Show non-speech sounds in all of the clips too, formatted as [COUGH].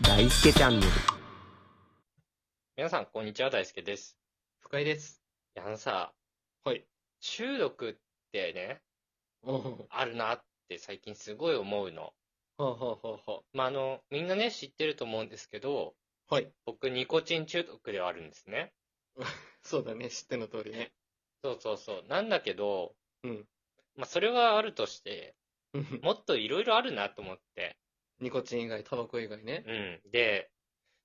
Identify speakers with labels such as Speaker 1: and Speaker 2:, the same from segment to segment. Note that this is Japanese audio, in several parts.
Speaker 1: 大輔チャンネル。
Speaker 2: 皆さん、こんにちは、大輔です。
Speaker 3: 深井です。
Speaker 2: いや、あのさ、
Speaker 3: はい。
Speaker 2: 中毒ってね、
Speaker 3: ほうほ
Speaker 2: あるなって最近すごい思うの。
Speaker 3: うほうほうほ
Speaker 2: まあ、あの、みんなね、知ってると思うんですけど、
Speaker 3: う。はい。
Speaker 2: 僕、ニコチン中毒ではあるんですね。
Speaker 3: そうだね。知っての通りね。 [LAUGHS]
Speaker 2: そうそうそう。なんだけど、
Speaker 3: うん。
Speaker 2: まあ、それはあるとして、
Speaker 3: うん
Speaker 2: もっといろいろあるなと思って。
Speaker 3: ニコチン以外、タバコ以外ね。
Speaker 2: うん。で、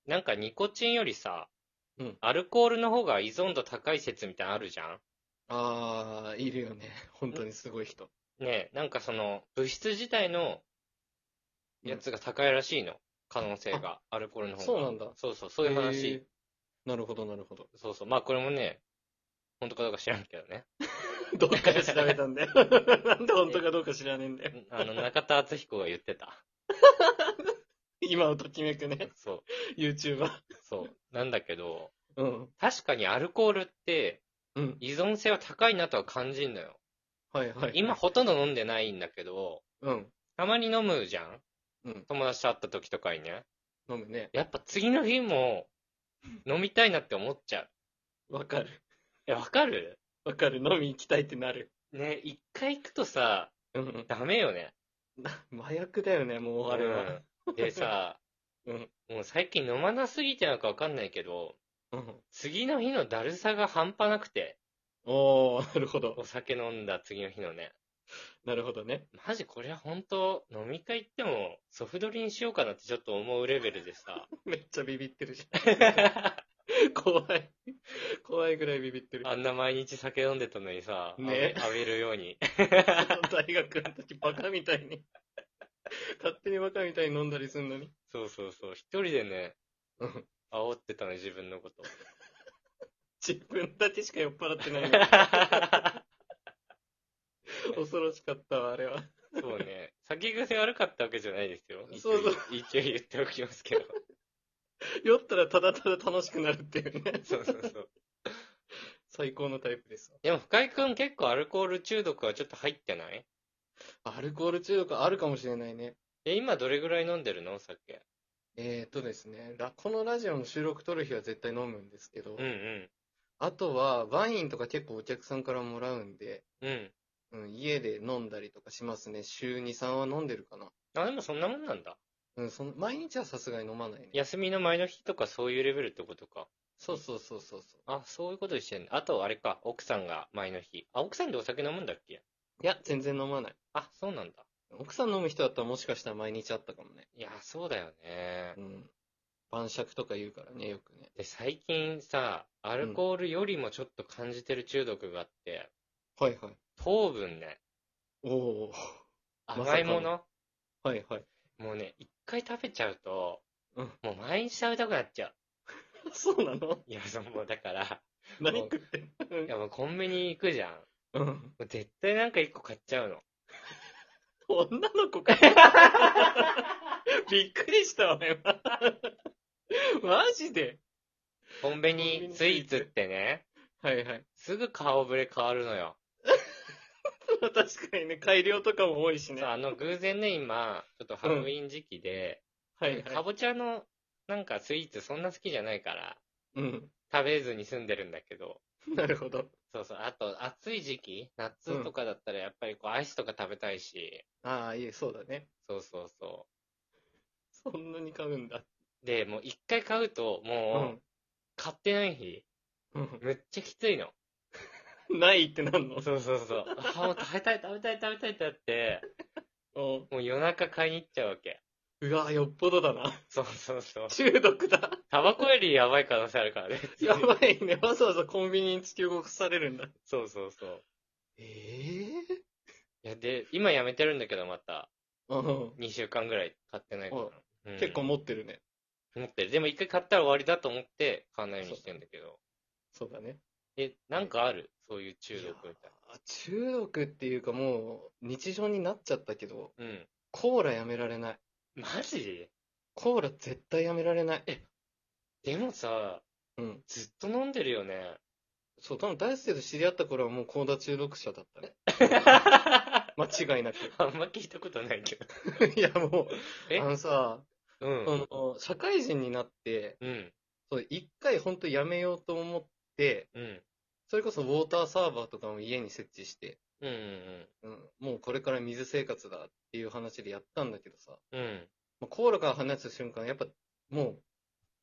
Speaker 2: なんかニコチンよりさ、
Speaker 3: うん
Speaker 2: アルコールの方が依存度高い説みたいなのあるじゃん
Speaker 3: あー、いるよね。本当にすごい人。
Speaker 2: ねえ、なんかその、物質自体のやつが高いらしいの。可能性が。アルコールの方が。
Speaker 3: そうなんだ
Speaker 2: そうそう、そういう
Speaker 3: へ
Speaker 2: 話
Speaker 3: ー。。なるほど、なるほど。
Speaker 2: そうそう。まあこれもね、本当かどうか知らんけどね。
Speaker 3: [LAUGHS] どっかで調べたんだよ。 [LAUGHS] なんで本当かどうか知らねえんだよ。
Speaker 2: あ
Speaker 3: [LAUGHS]
Speaker 2: の、中田敦彦が言ってた。
Speaker 3: 今をときめくね。
Speaker 2: そ
Speaker 3: YouTuber。
Speaker 2: う、そう。なんだけど、
Speaker 3: うん。
Speaker 2: 確かにアルコールって
Speaker 3: うん。
Speaker 2: 依存性は高いなとは感じんのよ。
Speaker 3: はいはい。
Speaker 2: 今。ほとんど飲んでないんだけど、
Speaker 3: うん。
Speaker 2: たまに飲むじゃん
Speaker 3: うん。
Speaker 2: 友達と会った時とかにね。
Speaker 3: 飲むね。
Speaker 2: やっぱ次の日も飲みたいなって思っちゃう。
Speaker 3: わかる。
Speaker 2: え、わかる
Speaker 3: わかる。飲み行きたいってなる。
Speaker 2: ね、一回行くとさ、
Speaker 3: うん。
Speaker 2: ダメよね。
Speaker 3: 麻薬だよね、もうあれは。
Speaker 2: うんでさ、
Speaker 3: [LAUGHS] うん。
Speaker 2: もう最近飲まなすぎてなのかわかんないけど、
Speaker 3: うん。
Speaker 2: 次の日のだるさが半端なくて、
Speaker 3: おー、なるほど。
Speaker 2: お酒飲んだ次の日のね。
Speaker 3: なるほどね。
Speaker 2: マジこれは本当、飲み会行ってもソフドリにしようかなってちょっと思うレベルでさ。
Speaker 3: [LAUGHS] めっちゃビビってるじゃ
Speaker 2: [LAUGHS]
Speaker 3: ん。怖い。怖いぐらいビビってる。
Speaker 2: あんな毎日酒飲んでたのにさ、
Speaker 3: ね
Speaker 2: 浴び浴びるように。
Speaker 3: 大学の時バカみたいに。勝手にバカみたいに飲んだりすんのに。
Speaker 2: そうそうそう。一人でね、
Speaker 3: うん
Speaker 2: 煽ってたの自分
Speaker 3: [LAUGHS]
Speaker 2: のこと。
Speaker 3: 自分だけしか酔っ払ってないの。
Speaker 2: [LAUGHS]
Speaker 3: 恐ろしかったわ、あれは。
Speaker 2: そうね。酒癖悪かったわけじゃないですよ。一応
Speaker 3: そうそ
Speaker 2: 一応言っておきます
Speaker 3: [LAUGHS]
Speaker 2: けど。
Speaker 3: 酔ったらただただ楽しくなるっていうね。
Speaker 2: そうそうそう。
Speaker 3: 最高のタイプです。
Speaker 2: でも深井くん結構アルコール中毒はちょっと入ってない
Speaker 3: アルコール中毒あるかもしれないね。
Speaker 2: え、今どれぐらい飲んでるのお酒。
Speaker 3: えーとですね、ラこのラジオの収録撮る日は絶対飲むんですけど、
Speaker 2: うんうん。
Speaker 3: あとはワインとか結構お客さんからもらうんで、
Speaker 2: うん。
Speaker 3: うん、家で飲んだりとかしますね。週2、3は飲んでるかな。
Speaker 2: あ、でもそんなもんなんだ。
Speaker 3: うん、その、毎日はさすがに飲まないね。
Speaker 2: 休みの前の日とかそういうレベルってことか。
Speaker 3: そうそうそうそうそう。
Speaker 2: あ、そういうことにしてんの。あとあれか、奥さんが前の日。あ、奥さんでお酒飲むんだっけ
Speaker 3: いや、全然飲まない。
Speaker 2: あ、そうなんだ。
Speaker 3: 奥さん飲む人だったらもしかしたら毎日あったかもね。
Speaker 2: いや、そうだよね
Speaker 3: う。ん。晩酌とか言うからね、よくね。
Speaker 2: で、最近さ、アルコールよりもちょっと感じてる中毒があって、
Speaker 3: はいはい。
Speaker 2: 糖分ね、
Speaker 3: おお。まさ
Speaker 2: 甘
Speaker 3: か
Speaker 2: い
Speaker 3: の
Speaker 2: もの、
Speaker 3: はいはい。
Speaker 2: もうね、一回食べちゃうと、
Speaker 3: うん
Speaker 2: もう毎日食べたくなっちゃう。
Speaker 3: [LAUGHS] そうなの
Speaker 2: いや、そのもうだから、
Speaker 3: 何食ってん
Speaker 2: いやもうコンビニ行くじゃん。も
Speaker 3: の [LAUGHS] うん。
Speaker 2: う絶対なんか一個買っちゃうの。
Speaker 3: 女の子か。びっくりしたわ、 [LAUGHS] 今。マジで。
Speaker 2: コンビ
Speaker 3: コンビ
Speaker 2: ニ
Speaker 3: ニ
Speaker 2: ス
Speaker 3: スイ
Speaker 2: イ
Speaker 3: ー
Speaker 2: ー
Speaker 3: ツ
Speaker 2: ツってね、
Speaker 3: はいはい。
Speaker 2: すぐ顔ぶれ変わるのよ。
Speaker 3: [LAUGHS] 確かにね、改良とかも多いしね。
Speaker 2: そうあの、偶然ね、今、ちょっとハロウィン時期で、
Speaker 3: はいはい。
Speaker 2: かぼちゃのなんかスイーツそんな好きじゃないから、
Speaker 3: うん。
Speaker 2: 食べずに済んでるんだけど、
Speaker 3: なるほど。
Speaker 2: そうそう。あと、暑い時期夏とかだったら、やっぱりこう、アイスとか食べたいし、
Speaker 3: ああ、いえ、そうだね。
Speaker 2: そうそうそ
Speaker 3: そんなに買うんだ。
Speaker 2: う。で、もう一回買うと、
Speaker 3: う
Speaker 2: もう、。買ってない日、
Speaker 3: うん
Speaker 2: めっちゃきついの。
Speaker 3: ないってなんの
Speaker 2: そうそうそう。あ、もう食べたい食べたい食べたいってなって、
Speaker 3: おう
Speaker 2: もう夜中買いに行っちゃうわけ。
Speaker 3: うわ、よっぽどだな。
Speaker 2: そうそうそう。
Speaker 3: 中毒だ。
Speaker 2: タバコよりやばい可能性あるからね。
Speaker 3: やばいね。わざわざコンビニに突き動かされるんだ。
Speaker 2: そうそうそう。
Speaker 3: え
Speaker 2: いや、で、今やめてるんだけど、また、
Speaker 3: えうん。
Speaker 2: 2週間ぐらい買ってないか
Speaker 3: お
Speaker 2: ら。うん
Speaker 3: 結構持ってるね。
Speaker 2: 持ってる。でも一回買ったら終わりだと思って、買わないようにしてんだけど。
Speaker 3: そうだね。
Speaker 2: え、なんかあるそういう中毒みたい
Speaker 3: あ中毒っていうかもう日常になっちゃったけど、
Speaker 2: な。うん。
Speaker 3: コーラやめられない。
Speaker 2: マジ
Speaker 3: コーラ絶対やめられない。
Speaker 2: でもさ、
Speaker 3: うん。
Speaker 2: ずっと飲んでるよ [LAUGHS] ね。
Speaker 3: そう、多分大輔と知り合った頃はもうコーラ中毒者だったね。
Speaker 2: あ
Speaker 3: 間違いなく。
Speaker 2: んま聞いたことないけど。
Speaker 3: [LAUGHS] いやもう、
Speaker 2: え
Speaker 3: あのさ、
Speaker 2: う
Speaker 3: あ
Speaker 2: ん。
Speaker 3: の、社会人になって、
Speaker 2: うん。
Speaker 3: そう一回ほんとやめようと思って、
Speaker 2: うん。
Speaker 3: それこそウォーターサーバーとかも家に設置して、
Speaker 2: うん。
Speaker 3: うん、もうこれから水生活だっていう話でやったんだけどさ、
Speaker 2: うん。うん。
Speaker 3: まあ、コーラから離れた瞬間、やっぱも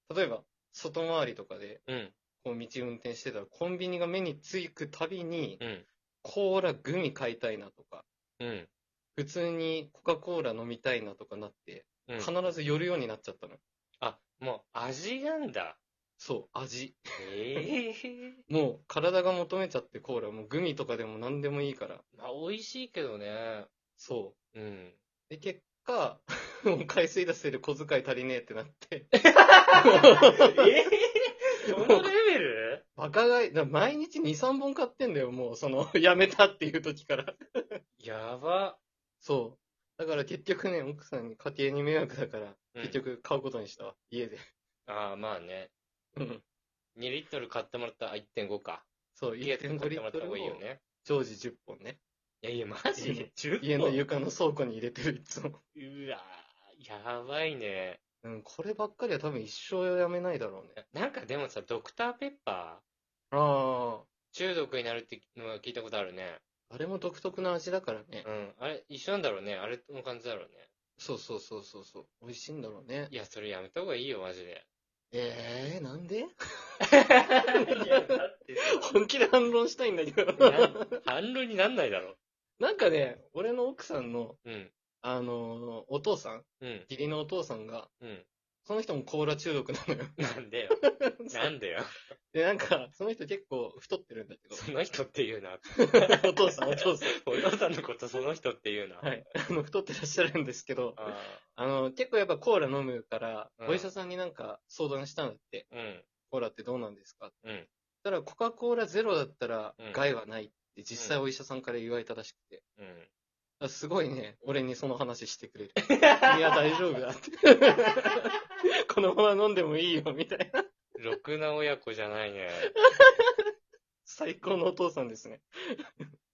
Speaker 3: う、例えば外回りとかで
Speaker 2: うん。
Speaker 3: こう道運転してたら、コンビニが目につくたびに、
Speaker 2: うん。
Speaker 3: コーラグミ買いたいなとか、
Speaker 2: うん。
Speaker 3: 普通にコカ・コーラ飲みたいなとかなって、
Speaker 2: うん。
Speaker 3: 必ず寄るようになっちゃったの。
Speaker 2: あ、もう味なんだ。
Speaker 3: そう、味。
Speaker 2: ええ
Speaker 3: もう体が求めちゃってコーラ、もうグミとかでも何でもいいから。
Speaker 2: まあ、美味しいけどね。
Speaker 3: そ [LAUGHS]
Speaker 2: うん。
Speaker 3: う。で、結果、 [LAUGHS] もう海水出せる小遣い足りねえってな
Speaker 2: [LAUGHS]
Speaker 3: って。
Speaker 2: ええそのレベル
Speaker 3: バカ買い、だから毎日2、3本買ってんだよ、もう、その、 [LAUGHS] やめたっていう時から。
Speaker 2: やば。
Speaker 3: そう。だから結局ね、奥さんに家計に迷惑だから、
Speaker 2: うん
Speaker 3: 結局買うことにしたわ、家で。
Speaker 2: ああ、まあね。
Speaker 3: うん。
Speaker 2: 2リットル買ってもらったら1.5か。
Speaker 3: そう、
Speaker 2: 家で買
Speaker 3: 1.5
Speaker 2: って
Speaker 3: リ
Speaker 2: もら
Speaker 3: ッ
Speaker 2: った
Speaker 3: トル
Speaker 2: 方
Speaker 3: を
Speaker 2: がいいよね。
Speaker 3: 常時10本ね。
Speaker 2: いやいや、マジで ?10
Speaker 3: 家の床の倉庫に入れてる、いつも。
Speaker 2: うわーやばいね。
Speaker 3: うん、こればっかりは多分一生やめないだろうね。
Speaker 2: なんかでもさ、ドクターペッパ
Speaker 3: あ
Speaker 2: ー、中毒になるってのは聞いたことあるね。
Speaker 3: あ、あれも独特な味だからね
Speaker 2: う。ん。あれ、一緒なんだろうね。あれの感じだろうね。
Speaker 3: そうそうそうそうそう。美味しいんだろうね。
Speaker 2: いや、それやめた方がいいよ、マジで。
Speaker 3: ええー、なんで
Speaker 2: [LAUGHS]
Speaker 3: [LAUGHS]
Speaker 2: いやだって
Speaker 3: 本気で反論したいんだけ
Speaker 2: な
Speaker 3: ど。
Speaker 2: 反論になんないだろ。
Speaker 3: なんかね、俺の奥さんの、
Speaker 2: うん。
Speaker 3: あのーお父さん、
Speaker 2: うん。
Speaker 3: 義理のお父さんが、
Speaker 2: うん。
Speaker 3: その人もコーラ中毒なのよ。
Speaker 2: なんでよ。なんでよ。
Speaker 3: [LAUGHS] で、なんか、その人結構太ってるんだ
Speaker 2: [LAUGHS] その人って言うな。
Speaker 3: けど、お父さん、お父さん。 [LAUGHS]
Speaker 2: お父さんのことその人って言うな。
Speaker 3: はい。あの、太ってらっしゃるんですけど、
Speaker 2: あ
Speaker 3: あの、結構やっぱコーラ飲むから、
Speaker 2: うん
Speaker 3: お医者さんになんか相談したんだって、
Speaker 2: あ。うん。
Speaker 3: コーラってどうなんですか
Speaker 2: うん。
Speaker 3: たらコカ・コーラゼロだったら
Speaker 2: うん
Speaker 3: 害はないって実際お医者さんから言われたらしくて。
Speaker 2: うん。
Speaker 3: あすごいね、俺にその話して
Speaker 2: [LAUGHS]
Speaker 3: くれる。いや、大丈夫だって。このまま飲んでもいいよ、みたいな。
Speaker 2: ろくな親子じゃないね。
Speaker 3: 最高のお父さんですね。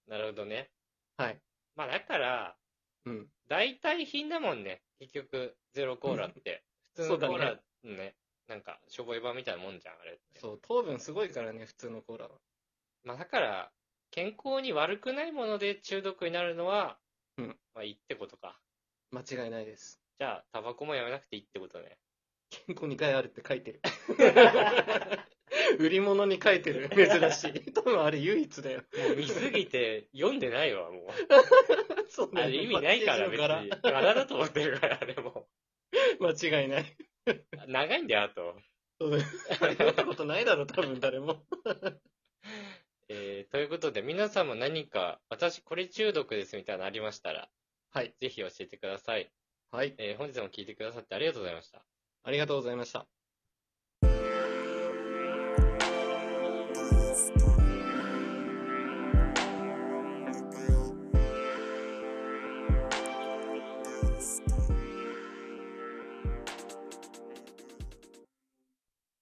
Speaker 2: なるほどね。
Speaker 3: はい。
Speaker 2: まあだから、
Speaker 3: うん。
Speaker 2: 代替品だもんね。結局、ゼロコーラって。普通
Speaker 3: そ
Speaker 2: の
Speaker 3: うだね
Speaker 2: コーラねなんか、しょぼい版みたいなもんじゃん、あれって。
Speaker 3: そう、糖分すごいからね、普通のコーラは。
Speaker 2: まあだから、健康に悪くないもので中毒になるのは、
Speaker 3: うん
Speaker 2: まあいいってことか。
Speaker 3: 間違いないです。
Speaker 2: じゃあ、タバコもやめなくていいってことね。
Speaker 3: 健康に害あるって書いて
Speaker 2: [LAUGHS]
Speaker 3: る。売り物に書いてる。珍しい。多分あれ唯一だよ。
Speaker 2: もう見すぎて読んでないわ、もう。
Speaker 3: [LAUGHS] そう
Speaker 2: あ
Speaker 3: だよ
Speaker 2: れ意味ないから、別に。柄だと思ってるから、あれも。
Speaker 3: 間違いない。
Speaker 2: 長いんだよ、あと。
Speaker 3: そうだ
Speaker 2: [LAUGHS]
Speaker 3: よ。飲んだことないだろ、多分誰も。
Speaker 2: えー、ということで、皆さんも何か、私これ中毒ですみたいなのありましたら、
Speaker 3: はい。
Speaker 2: ぜひ教えてください。
Speaker 3: はい。
Speaker 2: えー本日も聞いてくださってありがとうございました。
Speaker 3: ありがとうございました。